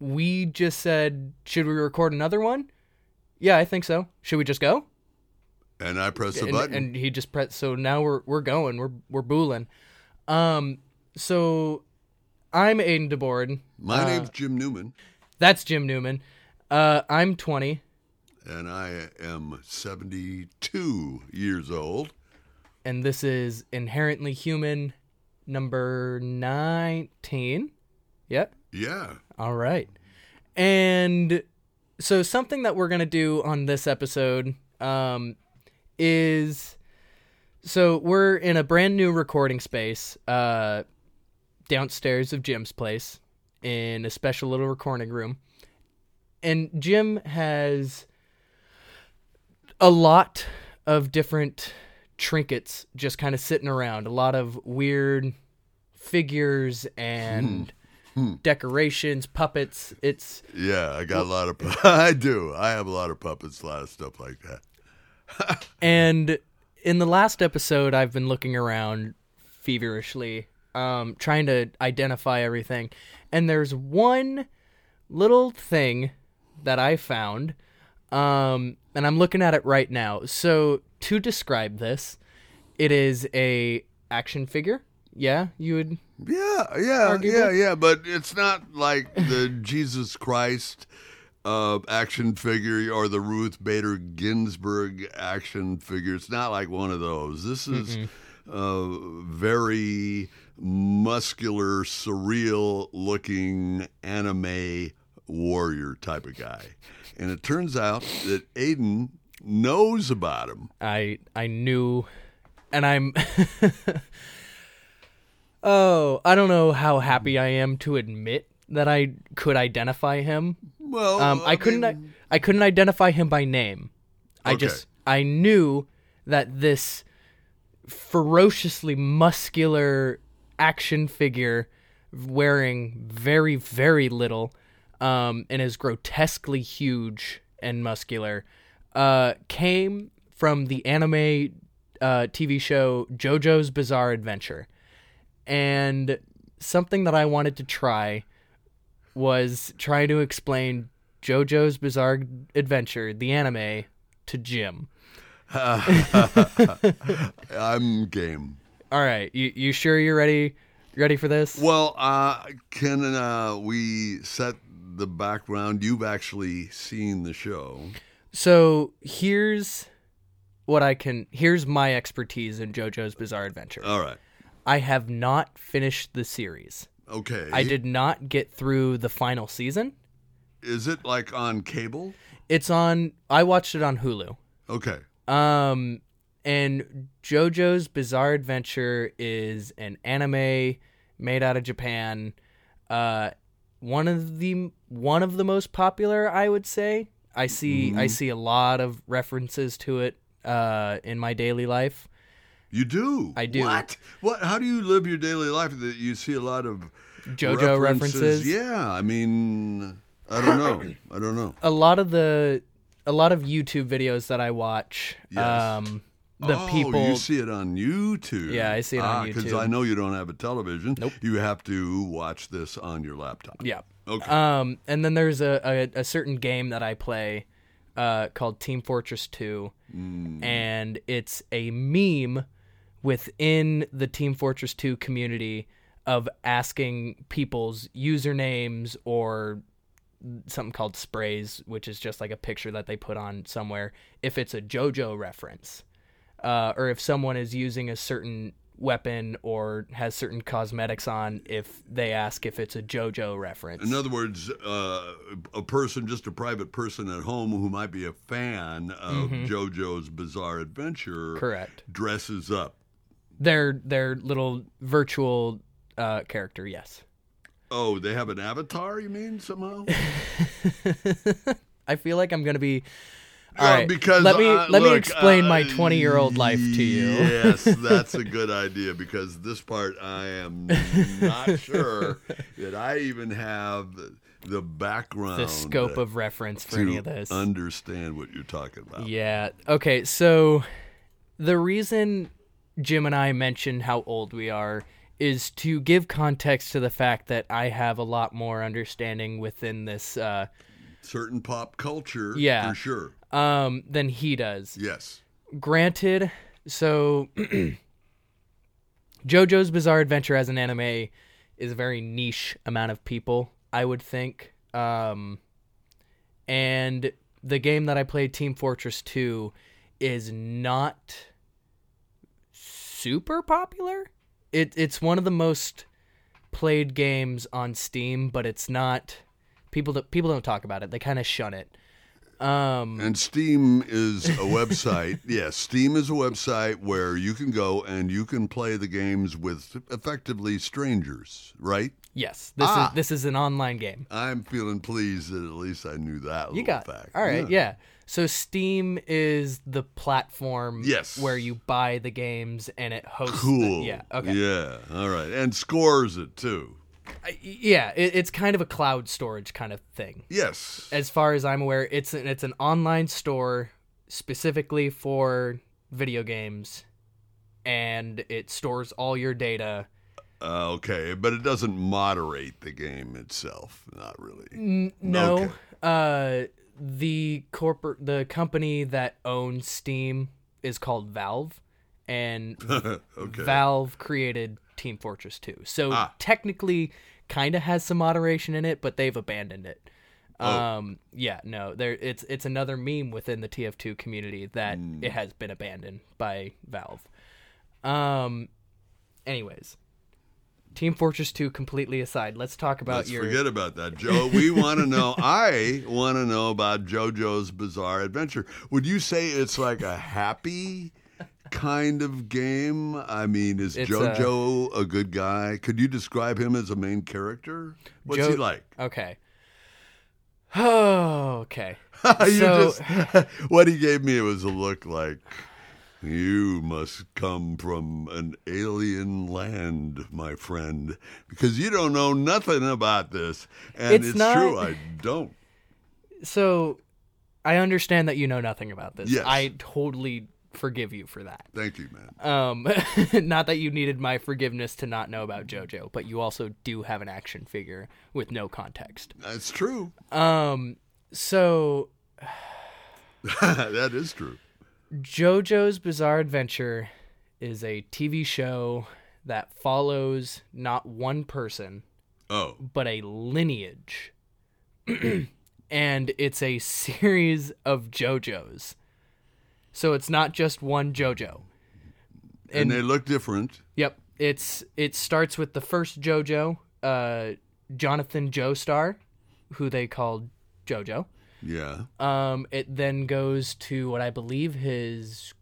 we just said, should we record another one? Yeah, I think so. Should we just go? And I press the and, button. and he just pressed. So now we're we're going. We're we're booling. Um, so I'm Aiden DeBoard. My name's Jim Newman, That's Jim Newman. Uh, I'm 20. and I am 72 years old. and this is inherently human number 19 yep Yeah. all right and so something that we're going to do on this episode um, is so we're in a brand new recording space uh, downstairs of jim's place in a special little recording room and jim has a lot of different trinkets just kind of sitting around a lot of weird figures and decorations puppets it's Yeah, I got a lot of pu- I do. I have a lot of puppets, a lot of stuff like that. And in the last episode, I've been looking around feverishly, um, trying to identify everything. And there's one little thing that I found, um, and I'm looking at it right now. So to describe this, it is a action figure. Yeah, you would. Yeah, yeah, yeah, yeah, but it's not like the Jesus Christ uh, action figure or the Ruth Bader Ginsburg action figure. It's not like one of those. This is uh, very muscular, surreal looking anime warrior type of guy. And it turns out that Aiden knows about him. I I knew, and I'm. oh, I don't know how happy I am to admit that I could identify him. Well, Um, I, couldn't mean, I, I couldn't identify him by name. I Okay. just I knew that this ferociously muscular action figure wearing very very little um, and is grotesquely huge and muscular uh, came from the anime uh, TV show JoJo's Bizarre Adventure and something that I wanted to try was try to explain JoJo's Bizarre Adventure, the anime, to Jim. I'm game. All right, you you sure you're ready? You Ready for this? Well, uh, can uh, we set the background? You've actually seen the show. So here's what I can. Here's my expertise in JoJo's Bizarre Adventure. All right. I have not finished the series. Okay. I did not get through the final season. Is it like on cable? It's on. I watched it on Hulu. Okay. Um, and JoJo's Bizarre Adventure is an anime made out of Japan. Uh, one of the one of the most popular, I would say. I see Mm-hmm. I see a lot of references to it uh, in my daily life. You do. I do. What? What? How do you live your daily life that you see a lot of JoJo references. Yeah. I mean, I don't know. I don't know. A lot of the a lot of YouTube videos that I watch. Yes. Um, the oh, people. you see it on YouTube. Yeah, I see it on Because YouTube. I know you don't have a television. Nope. You have to watch this on your laptop. yeah. Okay. Um, and then there's a, a, a certain game that I play uh, called Team Fortress 2, and it's a meme within the Team Fortress 2 community of asking people's usernames or something called sprays, which is just like a picture that they put on somewhere, if it's a JoJo reference, uh, or if someone is using a certain weapon or has certain cosmetics on, if they ask if it's a JoJo reference. In other words, uh, a person, just a private person at home who might be a fan of JoJo's Bizarre Adventure, Mm-hmm. Correct. dresses up. Their their little virtual uh, character, yes. Oh, they have an avatar, you mean, somehow? I feel like I'm gonna be. All Well, right, because let me I- let me look, uh, explain my I- 20 year old life to you. Yes, that's a good idea because this part I am not sure that I even have the background, The scope of reference for to any of this. understand what you're talking about. Yeah. Okay. So the reason Jim and I mentioned how old we are is to give context to the fact that I have a lot more understanding within this uh, Certain pop culture, Yeah. for sure. um, than he does. Yes. Granted, so JoJo's Bizarre Adventure as an anime is a very niche amount of people, I would think. Um, and the game that I played, Team Fortress 2, is not super popular. It, it's one of the most played games on Steam, but it's not. People, don't- people don't talk about it. They kind of shun it. Um, And Steam is a website. yes, Steam is a website where you can go and you can play the games with effectively strangers, right? Yes, this Ah. is this is an online game. I'm feeling pleased that at least I knew that. You little got fact. all right, yeah. So Steam is the platform Yes. where you buy the games and it hosts. the- Cool. yeah. Okay. Yeah. All right. And scores it too. I- Yeah. It, it's kind of a cloud storage kind of thing. Yes. As far as I'm aware, it's an, it's an online store specifically for video games, and it stores all your data. Uh, okay, but it doesn't moderate the game itself. Not really. N- no, Okay. uh, the corporate the company that owns Steam is called Valve, and okay. Valve created Team Fortress 2. So Ah. technically kind of has some moderation in it, but they've abandoned it. Oh. Um yeah, no. There it's it's another meme within the TF2 community that Hmm. it has been abandoned by Valve. Um anyways, Team Fortress 2 completely aside. Let's talk about Let's your forget about that, Joe. We want to know. I want to know about JoJo's Bizarre Adventure. Would you say it's like a happy kind of game? I mean, is It's uh, JoJo a... good guy? Could you describe him as a main character? What's Jo- he like? Okay. Oh, okay. you So- just what he gave me was a look like you must come from an alien land, my friend, because you don't know nothing about this. And it's, It's not- true, I don't. So I understand that you know nothing about this. Yes. I totally forgive you for that. Thank you, man. Um, not that you needed my forgiveness to not know about JoJo, but you also do have an action figure with no context. That's true. Um, so that is true. JoJo's Bizarre Adventure is a TV show that follows not one person, Oh, but a lineage. and it's a series of JoJo's. So it's not just one JoJo. and, And- they look different. Yep. It's it starts with the first JoJo, uh, Jonathan Joestar, who they called JoJo. Yeah. Um, it then goes to what I believe his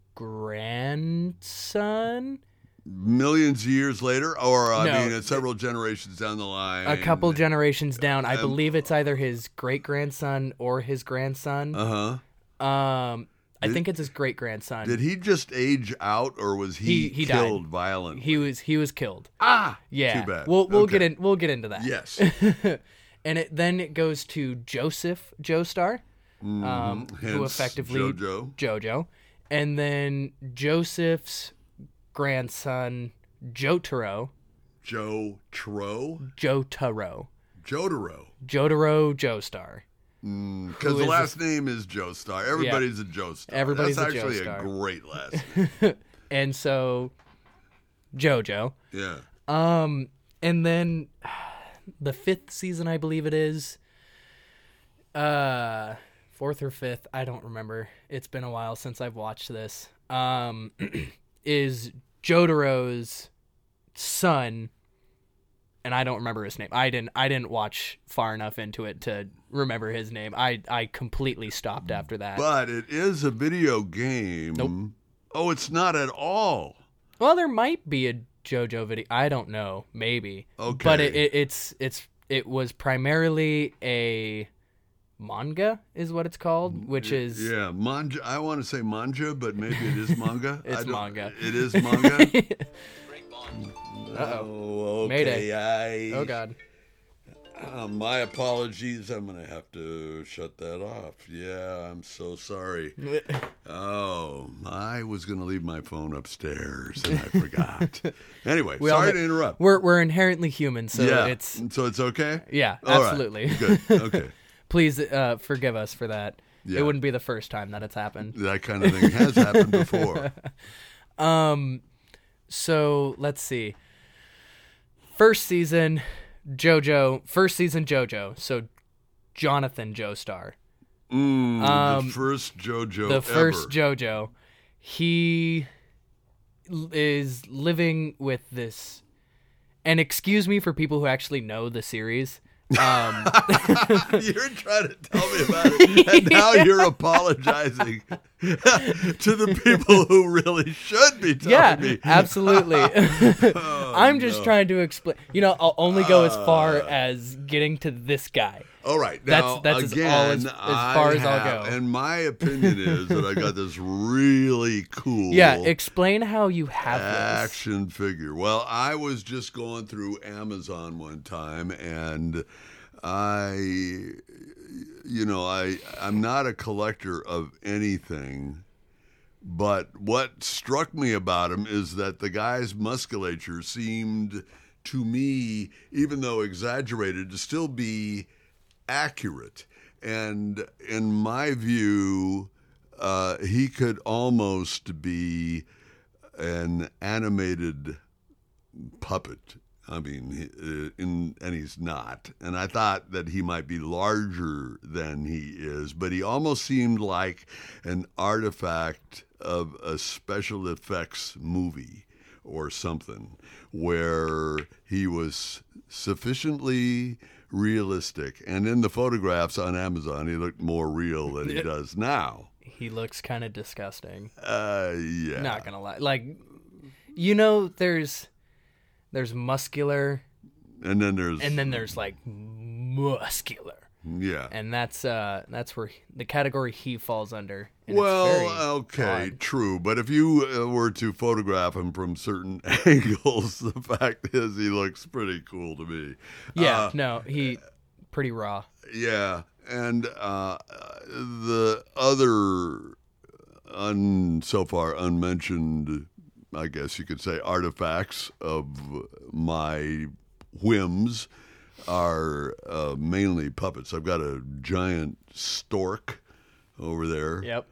grandson, Millions of years later, or uh, I No. mean, it's several generations down the line. a couple generations down. I believe it's either his great grandson or his grandson. Uh huh. Um, I think it's his great grandson. Did he just age out, or was he, He- he died. killed violently? He was he was killed. ah, Yeah, Too bad. we'll we'll Okay. get in we'll get into that. Yes. and it then it goes to Joseph Joestar, um, who Mm-hmm. Hence effectively JoJo. JoJo, and then Joseph's grandson Jotaro, Joe Tro? Jotaro, Jotaro. Jotaro Joestar. Because the is last name is Joe Star. Everybody's a Joe Star. Everybody's That's a actually Joestar. a great last name. And so JoJo. yeah. Um and then the 5th season I believe it is uh 4th or 5th, I don't remember. It's been a while since I've watched this. Um is Jotaro's son and I don't remember his name. I didn't I didn't watch far enough into it to remember his name. I I completely stopped after that. But it is a video game. Oh, it's not at all. Well, there might be a JoJo video. I don't know. Maybe. Okay. But it, it, it's it's it was primarily a manga, is what it's called, which is Mm, Yeah, manja. I want to say manja, but maybe it is manga. It's I don't- manga. It is manga. Uh-oh. oh, okay. Mayday. I, oh God. Uh, my apologies. I'm going to have to shut that off. Yeah, I'm so sorry. Oh, I was going to leave my phone upstairs and I forgot. anyway, We all sorry ha- to interrupt. We're we're inherently human, so yeah. it's so it's okay? yeah, All right. absolutely. Good. Okay. Please uh, forgive us for that. Yeah. It wouldn't be the first time that it's happened. that kind of thing has happened before. So let's see. First season, JoJo. First season, JoJo. So Jonathan Joestar, Mm, Um, the first JoJo the first ever. JoJo. He l- is living with this. And excuse me for people who actually know the series. Um, You're trying to tell me about it, and now you're apologizing to the people who really should be telling yeah, me. absolutely. Oh, I'm just no. Uh, trying to explain. You know, I'll only go as far as getting to this guy. All right, That's- now that's as- all again, as- as far I as I'll have- go. And my opinion is that I got this really cool. Yeah, explain how you have this. action figure. Well, I was just going through Amazon one time and I you know, I I'm not a collector of anything, but what struck me about him is that the guy's musculature seemed to me, even though exaggerated, to still be accurate. And in my view, uh, he could almost be an animated puppet. I mean, he- uh, in, and he's not. And I thought that he might be larger than he is, but he almost seemed like an artifact of a special effects movie or something where he was sufficiently realistic. And in the photographs on Amazon, he looked more real than he does now. He looks kind of disgusting. Uh, yeah. Not gonna lie, like you know, there's there's muscular, And then there's. and then there's like muscular, Yeah. and that's uh that's where he- the category he falls under. and it's very Well, okay, odd. true. But if you uh, were to photograph him from certain angles, the fact is he looks pretty cool to me. yeah, Uh, no, he pretty raw. yeah. And uh, the other, un, so far unmentioned, I guess you could say, artifacts of my whims are uh, mainly puppets. I've got a giant stork over there Yep.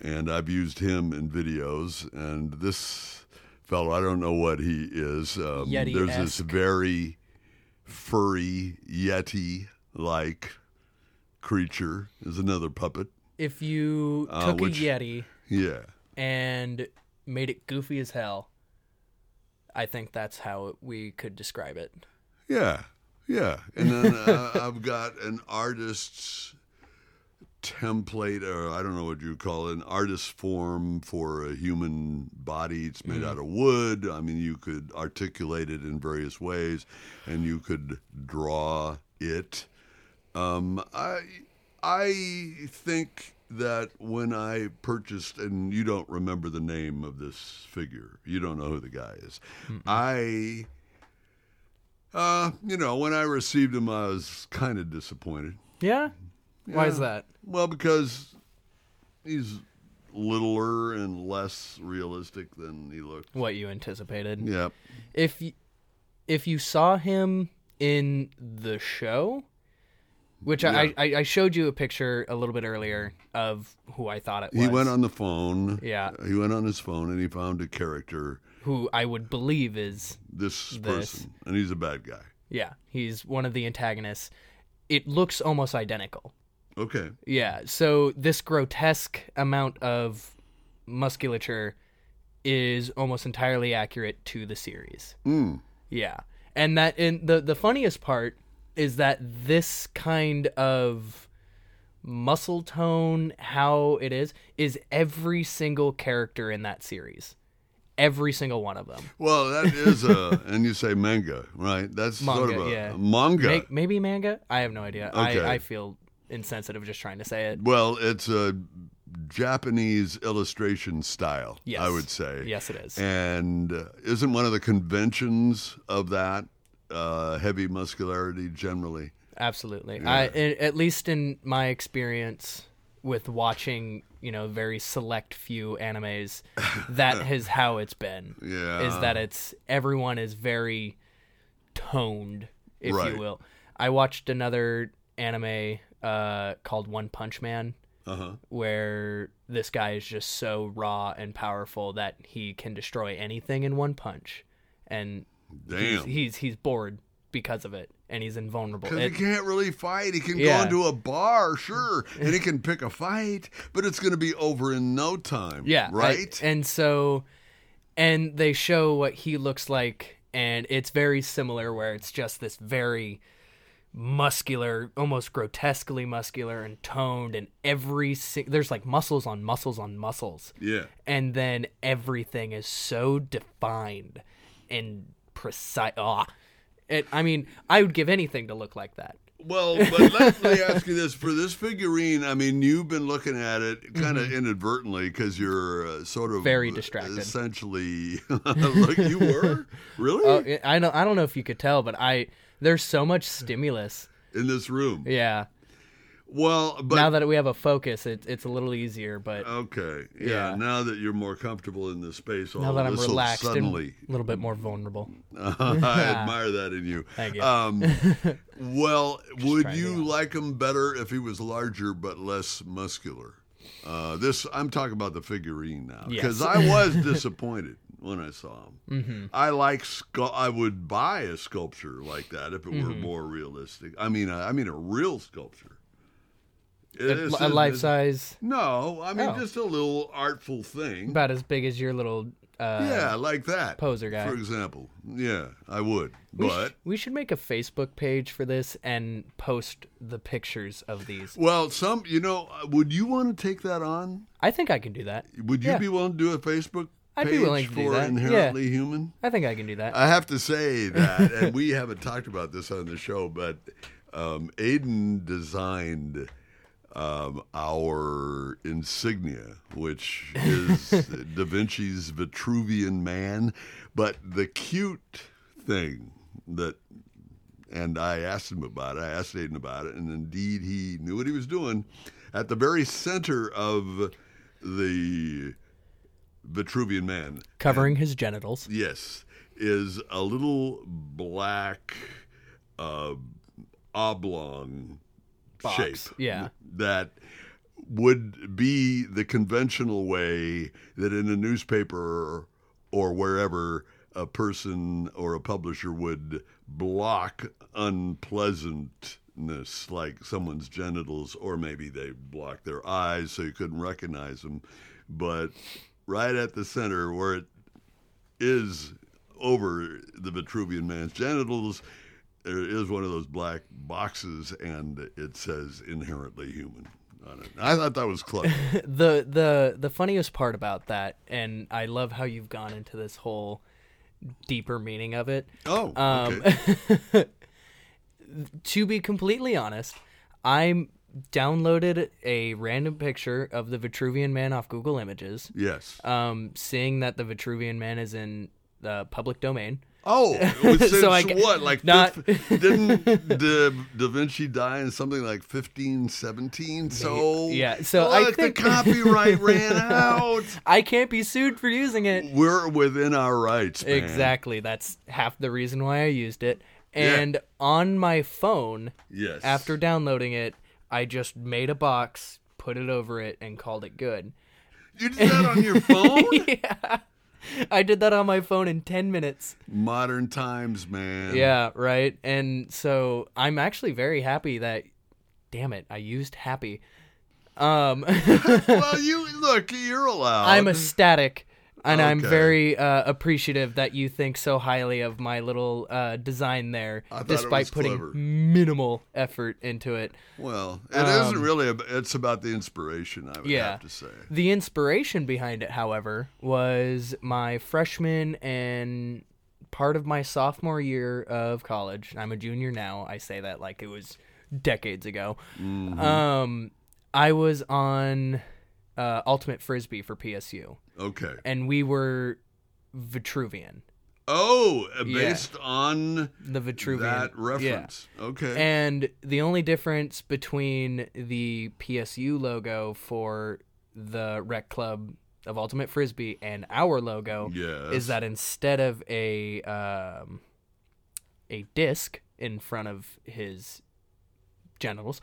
and I've used him in videos. And this fellow, I don't know what he is. Um, there's this Yeti-esque. very furry yeti-like creature. Is another puppet. If you Uh, took which- a yeti Yeah. and made it goofy as hell, I think that's how it, we could describe it. Yeah, yeah. And then uh, I've got an artist's template, or I don't know what you call it, an artist's form for a human body. It's made out of wood. I mean, you could articulate it in various ways, and you could draw it. Um, I I think that when I purchased, and you don't remember the name of this figure, you don't know who the guy is. I uh, you know, when I received him, I was kind of disappointed. Yeah. Why is Yeah. that? Well, because he's littler and less realistic than he looked. What you anticipated? Yeah. if y- if you saw him in the show, which I I, I showed you a picture a little bit earlier of who I thought it was. He went on the phone. Yeah. He went on his phone and he found a character, who I would believe is this, person, and he's a bad guy. yeah, he's one of the antagonists. It looks almost identical. Okay. Yeah, so this grotesque amount of musculature is almost entirely accurate to the series. Mm. Yeah, and that and the the funniest part is that this kind of muscle tone, how it is, is every single character in that series, every single one of them. Well, that is a, and you say manga, right? That's sort Manga, of a yeah. manga. May- maybe manga? I have no idea. Okay. I, I feel insensitive just trying to say it. well, it's a Japanese illustration style, Yes, I would say. Yes, it is. And uh, isn't one of the conventions of that uh, heavy muscularity generally? Absolutely. I a- at least in my experience with watching, you know, very select few animes, that is how it's been. Yeah. Is that it's everyone is very toned, if Right. you will. I watched another anime uh called One Punch Man Uh-huh. where this guy is just so raw and powerful that he can destroy anything in one punch. And he's Damn. he's, he's bored because of it and he's invulnerable. Because he It- can't really fight. He can Yeah. go into a bar, sure, and he can pick a fight, but it's going to be over in no time. Yeah. I- Right? and so, and they show what he looks like, and it's very similar, where it's just this very muscular, almost grotesquely muscular and toned, and every si- there's like muscles on muscles on muscles, yeah. and then everything is so defined and precise. Ah, it. I mean, I would give anything to look like that. Well, but let me ask you this: for this figurine, I mean, you've been looking at it kind of inadvertently because you're uh, sort of Mm-hmm. Very distracted. Essentially, look, you were really Oh, I don't. I don't know if you could tell, but I there's so much stimulus. in this room. Yeah. Well, but Oh, now that we have a focus, it, it's a little easier. But okay, yeah, Yeah. Now that you're more comfortable in this space, all now that of I'm this will relaxed suddenly. and a little bit more vulnerable, I admire that in you. Thank you. Um, well, would trying to you be like him better if he was larger but less muscular? Uh, this I'm talking about the figurine now because Yes. I was disappointed when I saw him. Mm-hmm. I like scu- I would buy a sculpture like that if it were Mm-hmm. more realistic. I mean, I, I mean a real sculpture. This a is- life size No, I mean Oh. just a little artful thing. about as big as your little. Uh, yeah, like that poser guy. For example, yeah, I would, we sh- but. we should make a Facebook page for this and post the pictures of these. Well, some, you know, uh, would you want to take that on? I think I can do that. Would you Yeah. be willing to do a Facebook I'd be page willing to for do that, yeah. Inherently Human? I think I can do that. I have to say that, and we haven't talked about this on the show, but um, Aiden designed um, our insignia, which is Da Vinci's Vitruvian Man. But the cute thing that, and I asked him about it, I asked Aiden about it, and indeed he knew what he was doing. At the very center of the Vitruvian Man, Covering his genitals. Yes, is a little black uh, oblong Box, shape. yeah. that would be the conventional way that in a newspaper or wherever a person or a publisher would block unpleasantness like someone's genitals or maybe they blocked their eyes so you couldn't recognize them but right at the center where it is over the Vitruvian man's genitals. There is one of those black boxes, and it says inherently human on it. I thought that was clever. the the the funniest part about that, and I love how you've gone into this whole deeper meaning of it. Oh, Um, okay. to be completely honest, I downloaded a random picture of the Vitruvian Man off Google Images. yes. Um, seeing that the Vitruvian Man is in the public domain. Oh, it was so since I g- what? Like not- fif- didn't da, da Vinci die in something like fifteen seventeen? So yeah, so I Look, think- the copyright ran out. I can't be sued for using it. We're within our rights, man. Exactly. That's half the reason why I used it. Yeah. And on my phone, Yes. after downloading it, I just made a box, put it over it, and called it good. you did that on your phone. I did that on my phone in 10 minutes. Modern times, man. Yeah, right. And so I'm actually very happy that damn it, I used happy. Um well, you look, you're allowed. I'm ecstatic and I'm Okay. very uh, appreciative that you think so highly of my little uh, design there I thought it despite was putting clever. minimal effort into it. well. It not really. ab it's about the inspiration. I would Um, yeah. have to say. The inspiration behind it, however, was my freshman and part of my sophomore year of college. I'm a junior now. I say that like it was decades ago. Mm, Mm-hmm. Um, I was on uh, Ultimate Frisbee for PSU, Okay. and we were Vitruvian. Oh, uh, Yeah. based on the Vitruvian. that Yeah. reference. Okay. And the only difference between the PSU logo for the Rec Club of Ultimate Frisbee and our logo yes. oh, is that instead of a um, a disc in front of his genitals,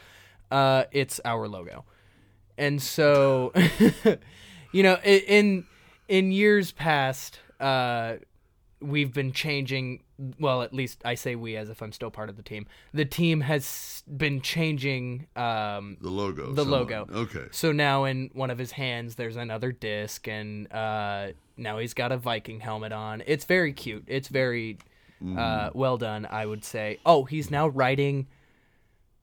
uh, it's our logo, and so you know i- in in years past, uh, we've been changing. Well, at least I say we, as if I'm still part of the team. The team has been changing um, the logo? the somewhat. logo. Okay. so now in one of his hands, there's another disc, and uh, now he's got a Viking helmet on. It's very cute. It's very uh, Mm. well done, I would say. Oh, he's now riding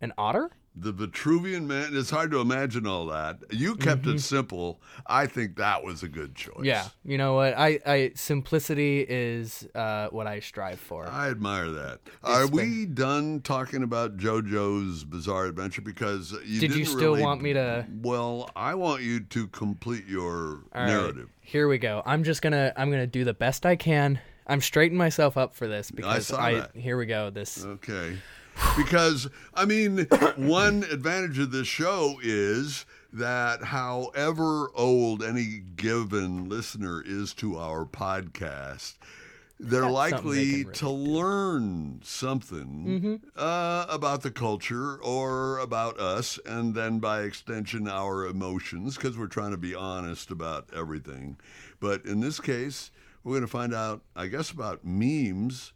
an otter. The Vitruvian man. It's hard to imagine all that. You kept it simple. I think that was a good choice. Mm-hmm. Yeah, you know what? I, I simplicity is uh, what I strive for. I admire that. Are we done talking about JoJo's Bizarre Adventure? Because you Did you didn't still really- want me to- Well, I want you to complete your All right, narrative. here we go. I'm just gonna I'm gonna do the best I can. I'm straightening myself up for this because saw I, that. here we go. This Okay. Because, I mean, one advantage of this show is that however old any given listener is to our podcast, something they they're likely can Mm-hmm. to learn something uh, about the culture or about us, and then by extension, our emotions, because we're trying to be honest about everything. But in this case, we're going to find out, I guess, about memes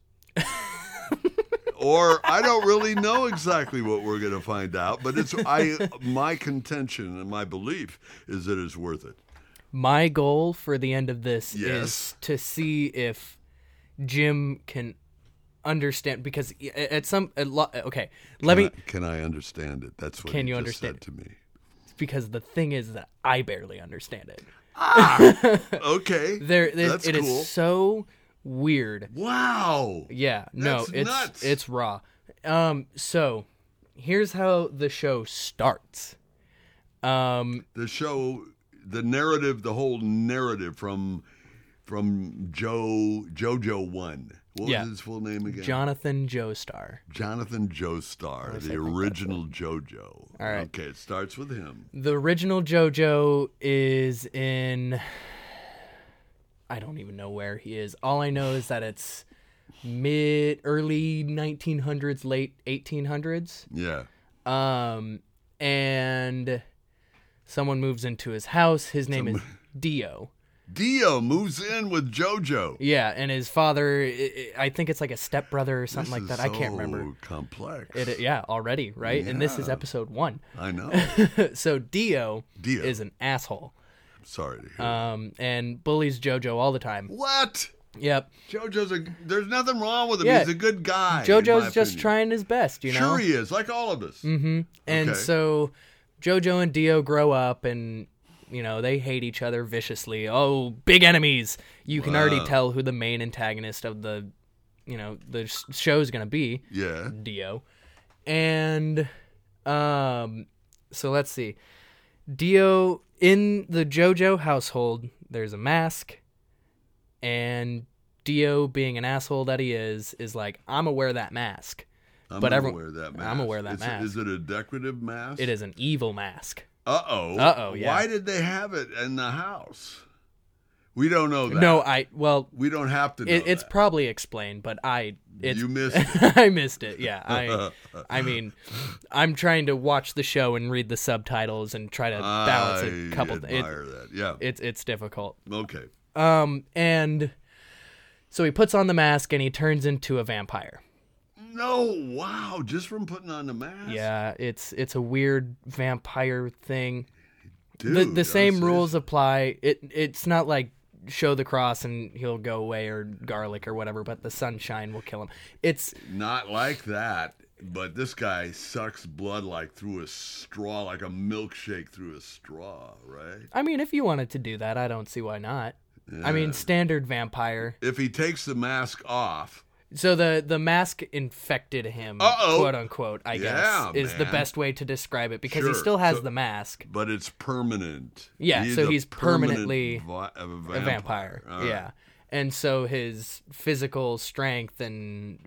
or I don't really know exactly what we're going to find out. But it's I my contention and my belief is that it's worth it. My goal for the end of this Yes. is to see if Jim can understand because i- at some at lo- okay, let me Can I understand it? That's what Can he you just understand said to me. because the thing is that I barely understand it. Ah! Okay, There it- that's it is cool. so weird. Wow. Yeah, no, That's it's nuts. it's raw. Um so here's how the show starts. Um The show, the narrative, the whole narrative from from Joe JoJo One. What Yeah. was his full name again? Jonathan Joestar. Jonathan Joestar, the original JoJo. All right. Okay, it starts with him. The original JoJo is in. I don't even know where he is. All I know is that it's mid early 1900s, late 1800s. Yeah. Um, and someone moves into his house. His name is Dio. Dio moves in with JoJo. Yeah, and his father, I- I I think it's like a stepbrother or something like that. This is I can't so remember. Complex. It, yeah, already, right? And this is episode one. I know. so Dio, Dio. is an asshole Sorry to hear. um, and bullies JoJo all the time. what? Yep. JoJo's a. There's nothing wrong with him. Yeah. He's a good guy. in my JoJo's just opinion. trying his best, you know? Mm. Mm-hmm. Sure, he is. Like all of us. And Okay. so JoJo and Dio grow up and, you know, they hate each other viciously. Oh, big enemies. You can already tell who the main antagonist of the, you know, the sh- show's going to be Yeah. Dio. And um, so let's see. Dio, in the JoJo household, there's a mask. And Dio, being an asshole that he is, is like, I'm going to wear that mask. I'm But everyone- aware of that mask. I'm aware of that It's- mask. Is it a decorative mask? It is an evil mask. Uh oh. Uh-oh, yeah. Why did they have it in the house? We don't know that. No, I well, We don't have to know. it, it's that. probably explained, but I it's You missed I missed it. Yeah, I I mean, I'm trying to watch the show and read the subtitles and try to balance a I couple. It, admire that. Yeah. it's it's difficult. okay. Um, and so he puts on the mask and he turns into a vampire. No. Wow. Just from putting on the mask. Yeah, it's it's a weird vampire thing. Dude, the, the I'm same serious. rules apply. It it's not like show the cross and he'll go away or garlic or whatever, but the sunshine will kill him. It's Not like that, but this guy sucks blood like through a straw, like a milkshake through a straw, right? I mean, if you wanted to do that, I don't see why not. I mean, standard vampire. If he takes the mask off, So the the mask infected him, Uh-oh. quote unquote. I Yeah, guess is the man. best way to describe it because Sure. he still has So- the mask. but it's permanent. Yeah, so a he's permanent permanently vi- a vampire. A vampire, All right. yeah. and so his physical strength and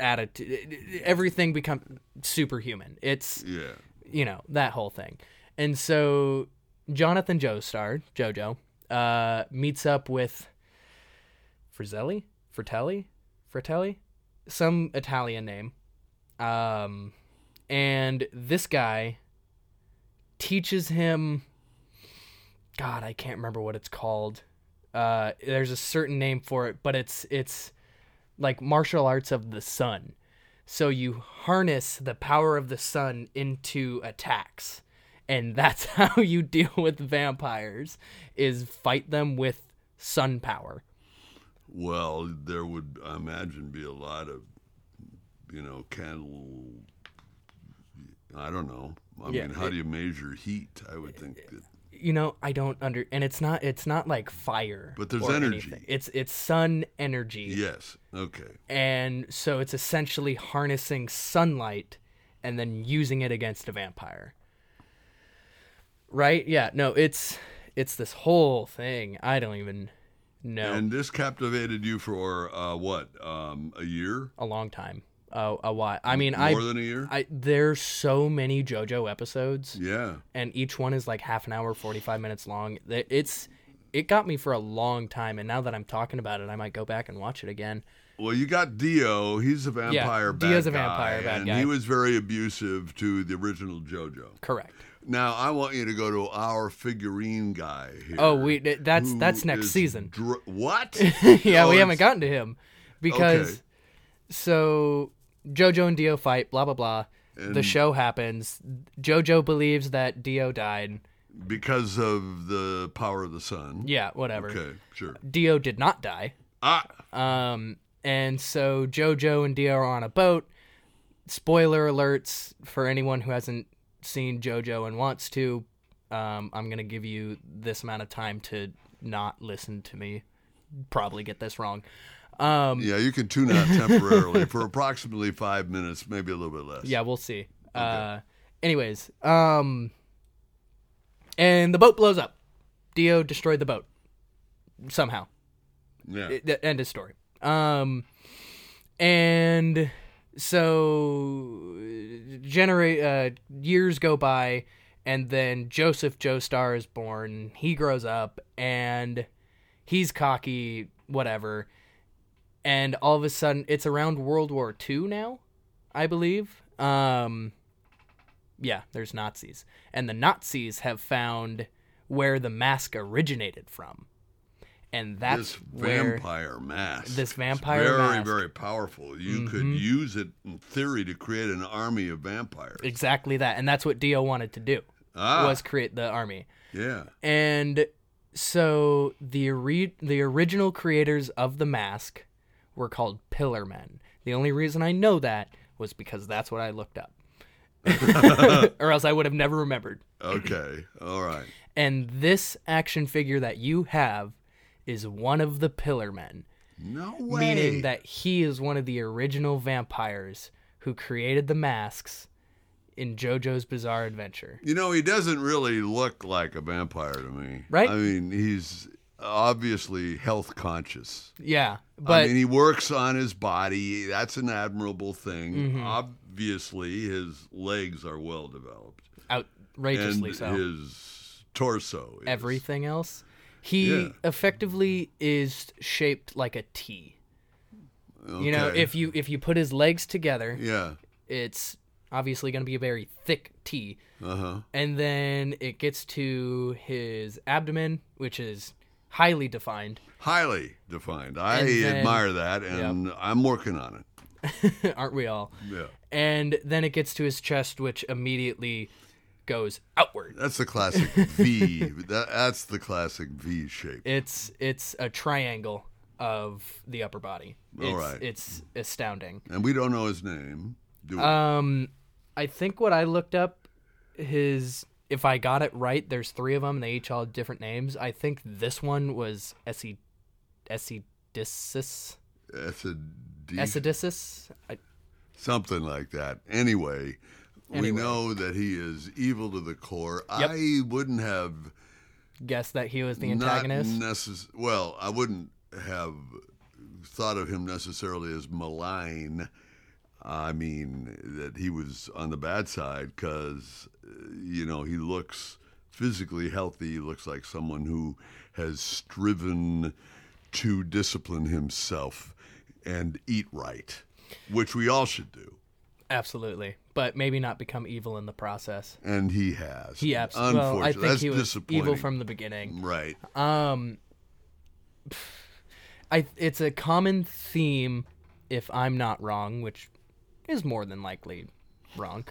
attitude, everything become superhuman. It's Yeah. you know that whole thing, and so Jonathan Joestar, JoJo, uh, meets up with Frizzelli, Fratelli, Fratelli, some Italian name, um, and this guy teaches him. God, I can't remember what it's called. Uh, there's a certain name for it, but it's it's like martial arts of the sun. So you harness the power of the sun into attacks, and that's how you deal with vampires: is fight them with sun power. Well, there would, I imagine, be a lot of, you know, candle. I don't know. I Yeah, mean, how do you measure heat? I would think. That, You know, I don't under, and it's not it's not like fire, But there's or energy. anything. It's it's sun energy. yes. Okay. and so it's essentially harnessing sunlight and then using it against a vampire right yeah no it's it's this whole thing i don't even know And this captivated you for uh, what? Um, a year? a long time oh a while i mean More i than a year? i there's so many jojo episodes yeah. and each one is like half an hour 45 minutes long Th- it's it got me for a long time and now that i'm talking about it i might go back and watch it again Well, you got Dio. He's a vampire bad Dio's a guy, vampire bad and guy. he was very abusive to the original JoJo. correct Now, I want you to go to our figurine guy here. oh we that's who that's next is season dr- what? yeah, Oh, we it's- haven't gotten to him because Okay. so Jojo and Dio fight, blah blah blah. the show happens. Jojo believes that Dio died. because of the power of the sun. Yeah, whatever. Okay, sure. Dio did not die. Ah, Um, and so Jojo and Dio are on a boat. Spoiler alerts for anyone who hasn't seen Jojo and wants to. Um, I'm gonna give you this amount of time to not listen to me. Probably get this wrong. Um, yeah, you can tune out temporarily for approximately five minutes, maybe a little bit less. Yeah, we'll see. Uh, anyways, um, and the boat blows up. Dio destroyed the boat somehow. yeah. It- th- end of story. Um, and so generate uh, years go by, and then Joseph Joestar is born. He grows up, and he's cocky, whatever. And all of a sudden, it's around World War II now, I believe. Um, yeah, there's Nazis, and the Nazis have found where the mask originated from, and that's this where vampire mask. this is vampire very, mask- Mm-hmm. very powerful. You could use it in theory to create an army of vampires. exactly that, and that's what Dio wanted to do ah, was create the army. yeah. And so the ori- the original creators of the mask were called Pillar Men. The only reason I know that was because that's what I looked up. or else I would have never remembered. Okay. All right. And this action figure that you have is one of the Pillar Men, No way. meaning that he is one of the original vampires who created the masks in JoJo's Bizarre Adventure. You know, he doesn't really look like a vampire to me. Right? I mean, he's obviously health conscious. Yeah, but I mean, he works on his body. That's an admirable thing. Mm-hmm. Obviously, his legs are well developed, and outrageously so. his torso. Is. everything else. He Yeah. effectively is shaped like a T. okay. You know, if you if you put his legs together, yeah, it's obviously going to be a very thick T. uh huh, And then it gets to his abdomen, which is highly defined. highly defined. I And then- admire that, and I'm working on it. Aren't we all? Yeah, And then it gets to his chest, which immediately goes outward. that's the classic V. That, that's the classic V shape. It's it's a triangle of the upper body. All It's, right. it's astounding. And we don't know his name. Do we? Um, I think what I looked up, his if I got it right, there's three of them. They each all have different names. I think this one was Esi, Esidissus, That's a D Esidissus. I, something like that. Anyway, we Anyway. know that he is evil to the core. I wouldn't have guess that he was the not antagonist. necess- well, I wouldn't have thought of him necessarily as malign. I mean, that he was on the bad side because, you know, he looks physically healthy. He looks like someone who has striven to discipline himself and eat right, which we all should do. Absolutely, but maybe not become evil in the process. And he has. He absolutely. Well, I think That's he was disappointing. evil from the beginning. Right. Um, I it's a common theme, if I'm not wrong, which is more than likely wrong.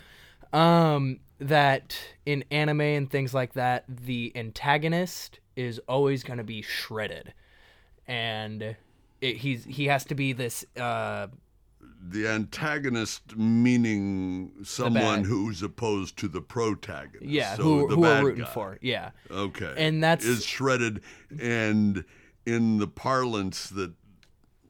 Um, that in anime and things like that, the antagonist is always going to be shredded, and it, he's he has to be this uh The antagonist meaning someone bad- who's opposed to the protagonist. yeah so who the who bad we're rooting guy. for yeah Okay. And that's- is shredded and in the parlance that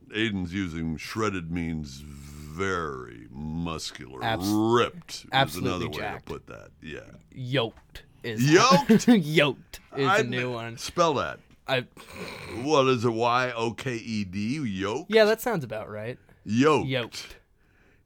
Aiden's using, shredded means very muscular. Abs- ripped is absolutely another jacked. way to put that. Yeah. yoked is Yoked? yoked is I- the new one. Spell that. I What is it? Y O K E D? Yoked? yeah, that sounds about right. Yoked. Yoked.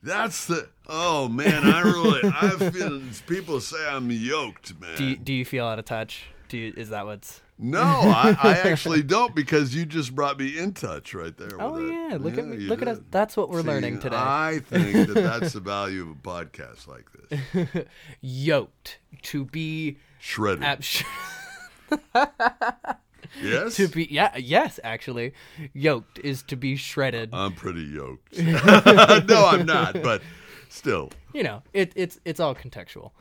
That's the. Oh, man. I really. I feel. People say I'm yoked, man. Do you, do you feel out of touch? Do you, is that what's? No, I, I actually don't because you just brought me in touch right there. Oh with it. yeah, look at Yeah, me. you Look at us. did. That's what we're See, uh, learning today. I think that that's the value of a podcast like this. Yoked to be Shredded. abs- yes? to be yeah yes actually yoked is to be shredded. I'm pretty yoked. no, I'm not, but still you know it, it's it's all contextual.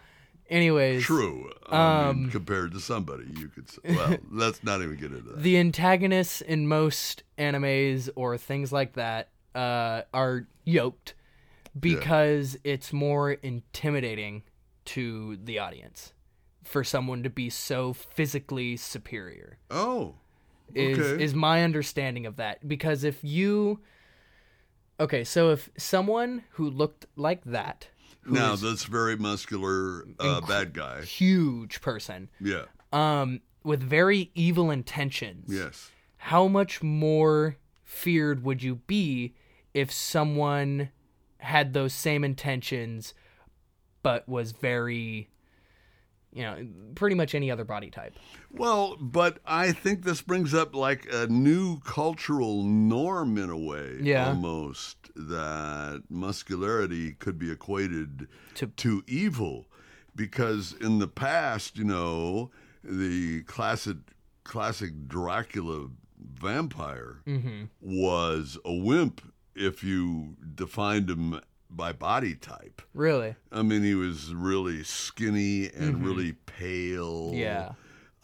Anyways, true. I Um, mean, compared to somebody, you could say. Well, let's not even get into that. the antagonists in most animes or things like that uh, are yoked because it's more intimidating to the audience for someone to be so physically superior oh, is Okay. is my understanding of that because if you okay so if someone who looked like that who now is this very muscular uh, bad guy. huge person Yeah. um with very evil intentions Yes. how much more feared would you be if someone had those same intentions but was very you know pretty much any other body type Well, but I think this brings up like a new cultural norm in a way, Yeah. almost that muscularity could be equated To- evil, because in the past, you know, the classic classic Dracula vampire mm-hmm. was a wimp if you defined him by body type. really I mean, he was really skinny and Mhm. really pale. yeah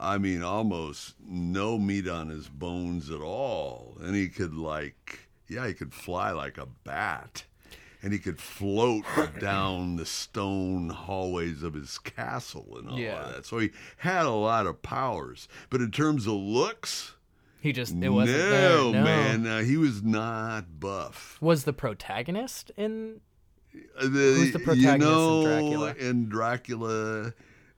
I mean, almost no meat on his bones at all. And he could, like, yeah, he could fly like a bat. And he could float down the stone hallways of his castle and all Yeah. of that. So he had a lot of powers. But in terms of looks, he just it wasn't no, there no man. Uh, he was not buff. was the protagonist in Uh, The, Who's the protagonist you in know, Dracula? In Dracula,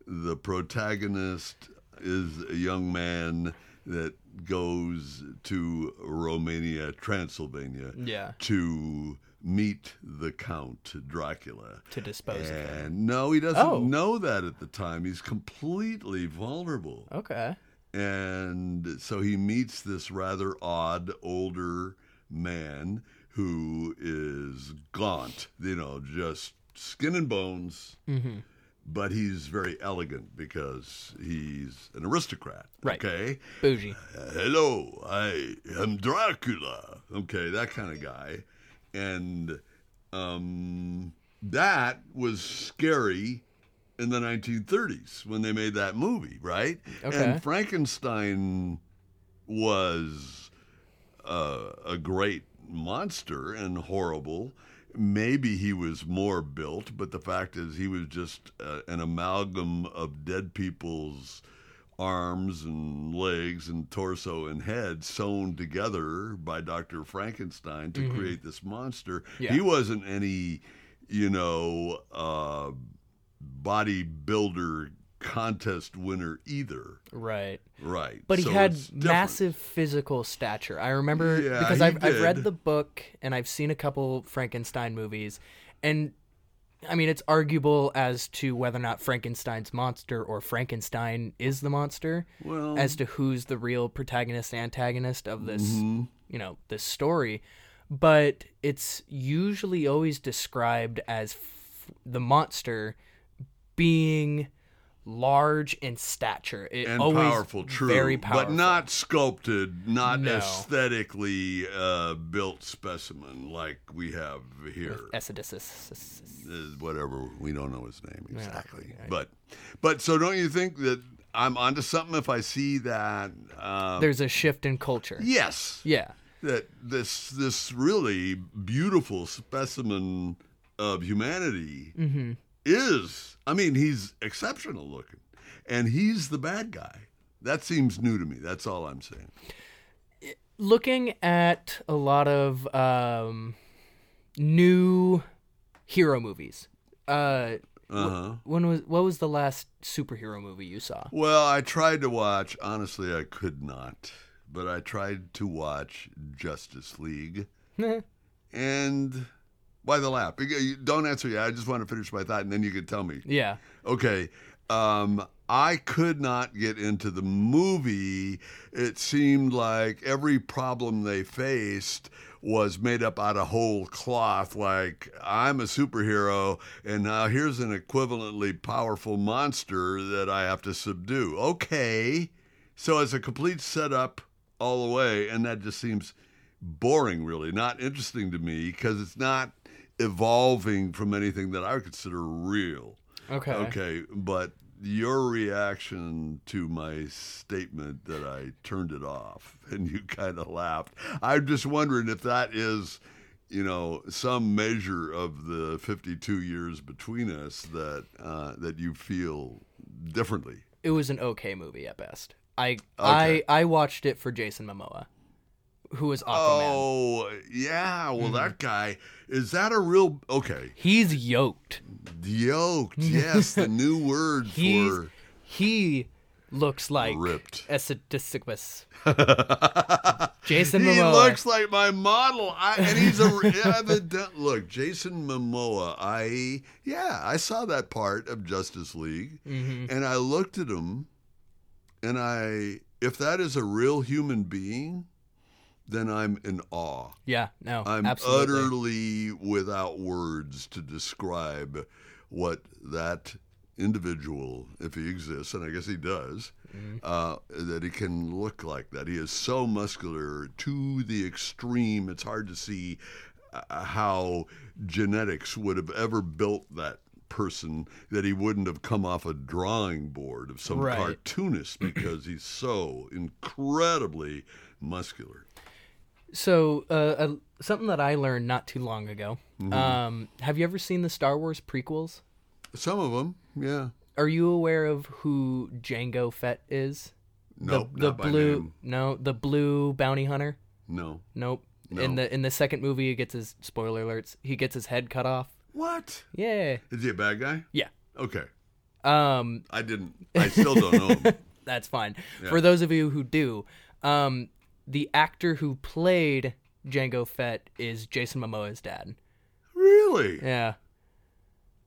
the protagonist is a young man that goes to Romania, Transylvania, yeah to meet the Count Dracula. to dispose of him And no, he doesn't Oh. know that at the time. He's completely vulnerable. okay And so he meets this rather odd older man who is gaunt, you know, just skin and bones, mm-hmm. but he's very elegant because he's an aristocrat. Right. Okay. bougie Uh, hello, I am Dracula. Okay, that kind of guy. And um, that was scary in the 1930s when they made that movie, right? Okay. And Frankenstein was uh, a great monster and horrible. Maybe he was more built, but the fact is, he was just uh, an amalgam of dead people's arms and legs and torso and head sewn together by Dr. Frankenstein to Mhm. create this monster. Yeah. He wasn't any, you know, uh, bodybuilder contest winner either. Right. Right. But he So had it's different. massive physical stature. I remember Yeah, because he I've, I've read did. the book and I've seen a couple Frankenstein movies, and I mean it's arguable as to whether or not Frankenstein's monster or Frankenstein is the monster, Well, as to who's the real protagonist antagonist of this mhm. you know this story, but it's usually always described as f- the monster being large in stature. It and always powerful, true, very powerful, but not sculpted, not No. aesthetically uh, built specimen like we have here. Acidosis. Uh, Whatever we don't know his name exactly, but but so don't you think that I'm onto something if I see that? Uh, There's a shift in culture. yes, Yeah. that this this really beautiful specimen of humanity is I mean he's exceptional looking and he's the bad guy. That seems new to me. That's all I'm saying. Looking at a lot of um, new hero movies. Uh, Uh-huh. when was what was the last superhero movie you saw? Well, I tried to watch, honestly I could not, but I tried to watch Justice League and by the lap. You- Don't answer yet. I just want to finish my thought and then you can tell me. yeah. Okay. Um, I could not get into the movie. It seemed like every problem they faced was made up out of whole cloth. Like, I'm a superhero, and now here's an equivalently powerful monster that I have to subdue. Okay. So it's a complete setup all the way, and that just seems boring, really, not interesting to me because it's not evolving from anything that I would consider real. Okay. Okay, but your reaction to my statement that I turned it off and you kind of laughed. I'm just wondering if that is, you know, some measure of the 52 years between us that uh, that you feel differently. It was an okay movie at best. I Okay. I I watched it for Jason Momoa, who was Aquaman. Mm-hmm. Oh, yeah. Well, that guy is that a real okay? He's yoked. Yoked. Yes, the new word He's for he looks like ripped. a sadisticus. Jason He Momoa. looks like my model. I, and he's a evident, look, Jason Momoa. I yeah, I saw that part of Justice League, Mm-hmm. and I looked at him, and I if that is a real human being, then I'm in awe. yeah, no, I'm absolutely. utterly without words to describe what that individual, if he exists, and I guess he does, Mm-hmm. uh, that he can look like that. He is so muscular to the extreme, it's hard to see uh, how genetics would have ever built that person that he wouldn't have come off a drawing board of some Right. cartoonist because he's so incredibly muscular. So, uh, uh, something that I learned not too long ago. Mm-hmm. Um, have you ever seen the Star Wars prequels? Some of them, yeah. Are you aware of who Django Fett is? Nope, the, the not by blue. name. No, the blue bounty hunter. No. Nope. In the in the second movie, he gets his spoiler alerts. He gets his head cut off. What? Yeah. Is he a bad guy? Yeah. Okay. Um, I didn't. I still don't know him. that's fine. For those of you who do, um, the actor who played Django Fett is Jason Momoa's dad. Really? Yeah.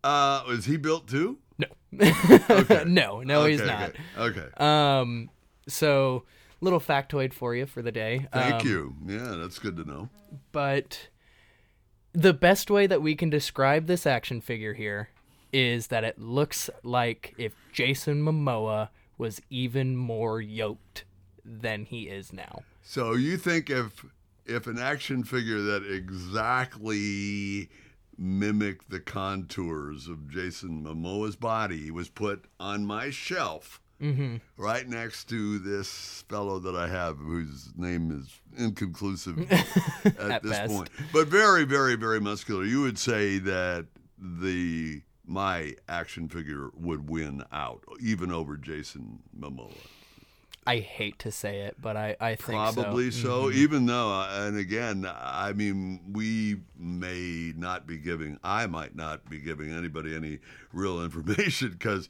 Uh, is he built too? No. no. No, he's Okay, not. Okay. okay. Um, so little factoid for you for the day. Thank Um, you. Yeah, that's good to know. But the best way that we can describe this action figure here is that it looks like if Jason Momoa was even more yoked than he is now. So you think if if an action figure that exactly mimicked the contours of Jason Momoa's body was put on my shelf right next to this fellow that I have whose name is inconclusive at, this best. point. But very, very, very muscular. You would say that the my action figure would win out even over Jason Momoa. I hate to say it, but I, I think so. Mm-hmm. Probably so. Even though, uh, and again, I mean, we may not be giving, I might not be giving anybody any real information because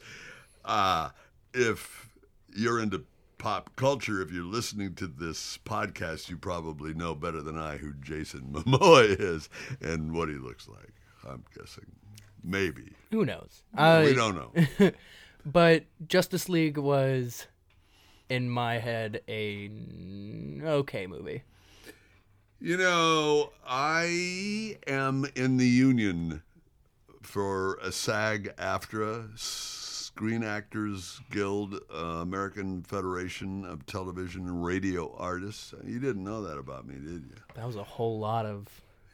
uh, if you're into pop culture, if you're listening to this podcast, you probably know better than I who Jason Momoa is and what he looks like. I'm guessing. Maybe. Who knows? we Uh, don't know. but Justice League was, in my head, a n- okay movie. You know, I am in the union for a SAG AFTRA, Screen Actors Guild, uh, American Federation of Television and Radio Artists. You didn't know that about me, did you? That was a whole lot of.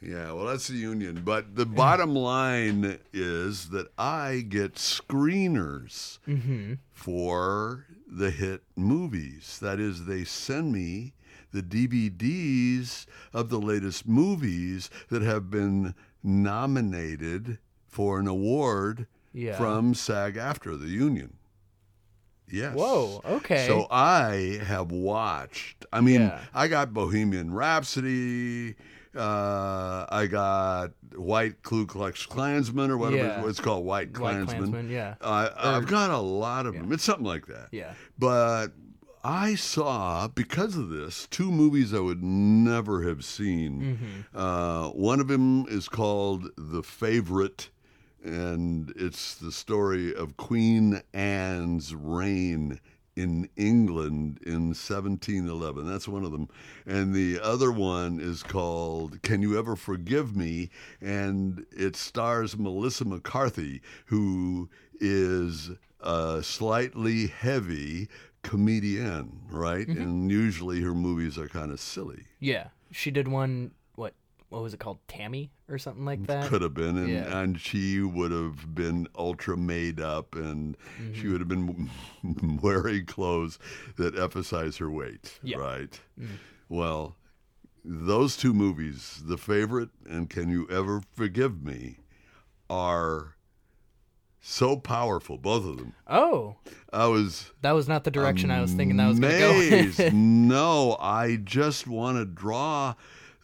Yeah, well, that's the union. But the bottom line is that I get screeners mm-hmm, for the hit movies. That is, they send me the DVDs of the latest movies that have been nominated for an award Yeah. from SAG after the union. Yes. Whoa. Okay. So I have watched. I mean, Yeah. I got Bohemian Rhapsody. Uh, I got White Ku Klux Klansman or whatever Yeah. it's called, White Black Klansman. Klansman. Yeah. I I've got a lot of them. It's something like that. Yeah. But I saw because of this two movies I would never have seen. Mm-hmm. Uh, one of them is called The Favorite, and it's the story of Queen Anne's reign in England in 1711. That's one of them. And the other one is called Can You Ever Forgive Me? And it stars Melissa McCarthy, who is a slightly heavy comedian, right? And usually her movies are kind of silly. Yeah. She did one. What? What was it called? Tammy or something like that. could have been, and, Yeah. and she would have been ultra made up, and she Mm-hmm. would have been wearing clothes that emphasize her weight, Yeah. Mm-hmm. right? Well, those two movies, The Favorite and Can You Ever Forgive Me, are so powerful, both of them. Oh, I was that was not the direction I was thinking that was going to go. Amazed. no, I just want to draw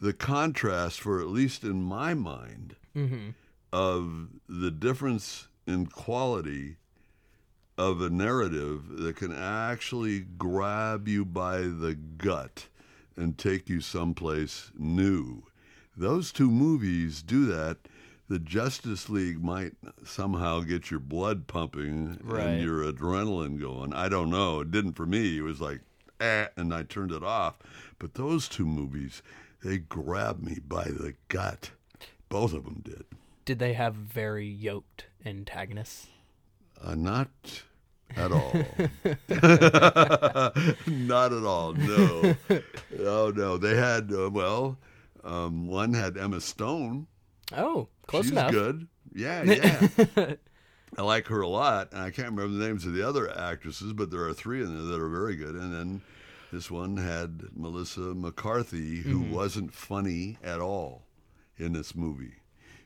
the contrast, for at least in my mind, Mhm. of the difference in quality of a narrative that can actually grab you by the gut and take you someplace new. Those two movies do that. The Justice League might somehow get your blood pumping Right. and your adrenaline going. I don't know. It didn't for me. It was like, eh, and I turned it off. But those two movies, they grabbed me by the gut. Both of them did. Did they have very yoked antagonists? Uh, not at all. not at all. No. Oh no. They had uh, well, um, one had Emma Stone. Oh, close She's enough. good. Yeah, yeah. I like her a lot, and I can't remember the names of the other actresses, but there are three in there that are very good. And then this one had Melissa McCarthy, who Mm-hmm. wasn't funny at all in this movie.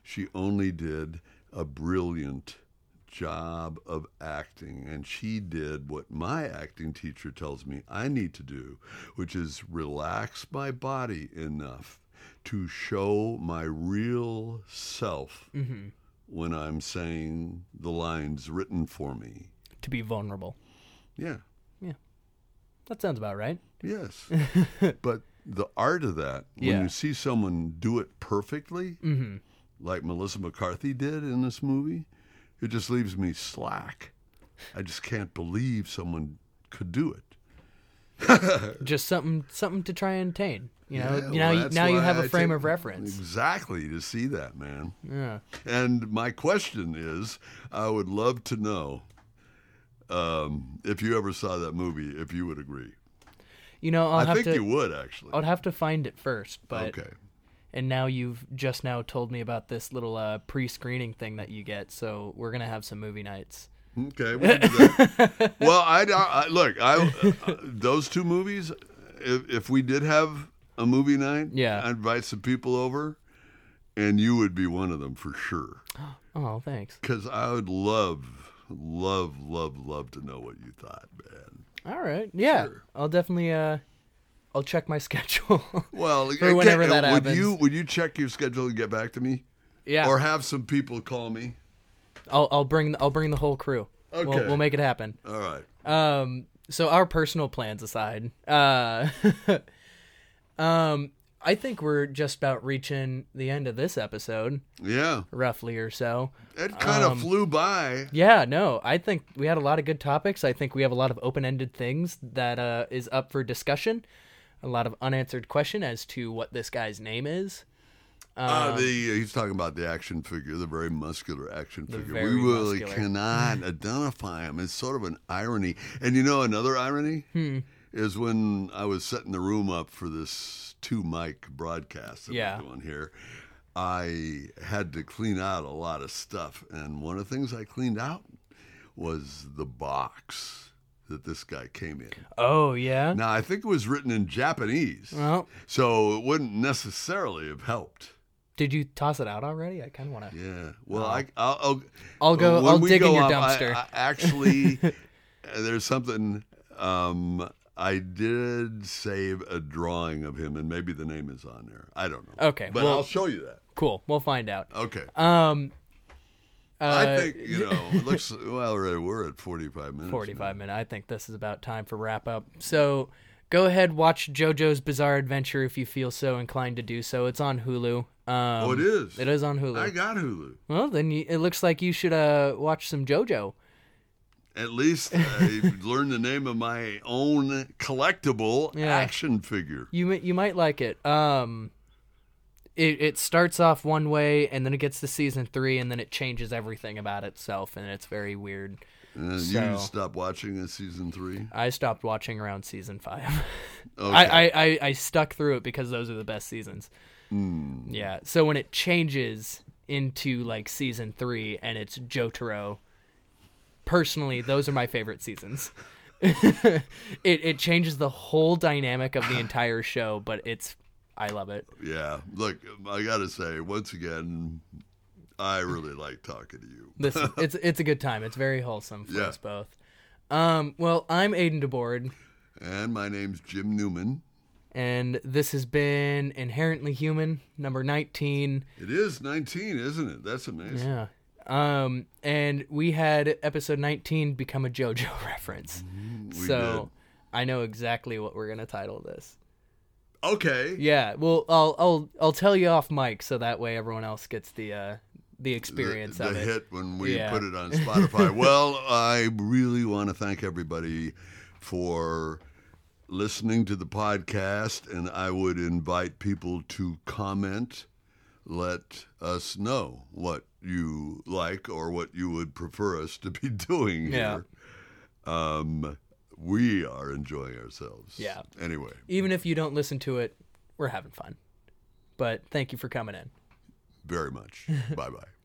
She only did a brilliant job of acting, and she did what my acting teacher tells me I need to do, which is relax my body enough to show my real self when I'm saying the lines written for me. To be vulnerable. Yeah. That sounds about right. Yes. but the art of that, when Yeah. Mm-hmm. you see someone do it perfectly, like Melissa McCarthy did in this movie, it just leaves me slack. I just can't believe someone could do it. Just something, something to try and attain. You know, Yeah, You now, well, you, that's now you why have I a frame take- of reference. Exactly, to see that, man. Yeah. And my question is I would love to know um, if you ever saw that movie, if you would agree. You know, I'll i have think to. you would, actually. I'd have to find it first, but okay. and now you've just now told me about this little uh, pre-screening thing that you get, so we're gonna have some movie nights. Okay. We can do that. well, I, I- look. I uh, those two movies. If, if we did have a movie night, Yeah. I'd invite some people over, and you would be one of them for sure. Oh, thanks. Because I would love, love, love, love to know what you thought, man. All right. Yeah. I'll definitely. Uh, I'll check my schedule. Well, For again, whenever would that you happens. would you check your schedule and get back to me, yeah. or have some people call me? I'll I'll bring I'll bring the whole crew. Okay. We'll, we'll make it happen. All right. Um, so our personal plans aside, uh, um, I think we're just about reaching the end of this episode, Yeah. roughly or so. It kind Um, of flew by. Yeah, no, I think we had a lot of good topics. I think we have a lot of open-ended things that uh, is up for discussion. A lot of unanswered question as to what this guy's name is. Um, Uh, the he's talking about the action figure, the very muscular action figure. very we really muscular. cannot identify him. It's sort of an irony. And you know another irony Hmm. is when I was setting the room up for this two mic broadcast that Yeah. we're doing here. I had to clean out a lot of stuff, and one of the things I cleaned out was the box that this guy came in. Oh yeah. Now I think it was written in Japanese, Well, so it wouldn't necessarily have helped. did you toss it out already? I kind of want to. Yeah. Well, I, I'll, I'll, Oh. I'll go- when I'll we dig in go your up, I- dumpster. I actually, uh, there's something. Um, I did save a drawing of him, and maybe the name is on there. I don't know. Okay, But well- I'll show you that. Cool. We'll find out. Okay. Um, I uh, think you know. It looks well. we're- We're at 45 minutes. now. 45 minute. I think this is about time for wrap up. So go ahead, watch JoJo's Bizarre Adventure if you feel so inclined to do so. It's on Hulu. Um, Oh, it is. It is on Hulu. I got Hulu. well, then you, it looks like you should uh, watch some JoJo. At least I learned the name of my own collectible Yeah. action figure. You mi- you might like it. Um, it it starts off one way and then it gets to season three and then it changes everything about itself and it's very weird. And So- you stopped watching in season three. I stopped watching around season five. Okay. I, I, I, I stuck through it because those are the best seasons. Yeah. So when it changes into like season three and it's Jotaro, personally, those are my favorite seasons. it it changes the whole dynamic of the entire show, but it's I love it. Yeah. Look, I got to say, once again, I really like talking to you. This it's it's a good time. It's very wholesome for Yeah. us both. Um, well, I'm Aiden DeBoard, And my name's Jim Newman. and this has been Inherently Human, number nineteen. It is 19, isn't it? That's amazing. Yeah. Um, and we had episode 19 become a JoJo reference. so I know exactly what we're gonna title this. Okay. Yeah. Well, I'll I'll I'll tell you off mic so that way everyone else gets the uh the experience the of it. hit when we Yeah. put it on Spotify. well, I really want to thank everybody for listening to the podcast, and I would invite people to comment. Let us know what you like or what you would prefer us to be doing Yeah. here. Um, we are enjoying ourselves. Yeah. Anyway, Even if you don't listen to it, we're having fun. But thank you for coming in. very much. bye bye.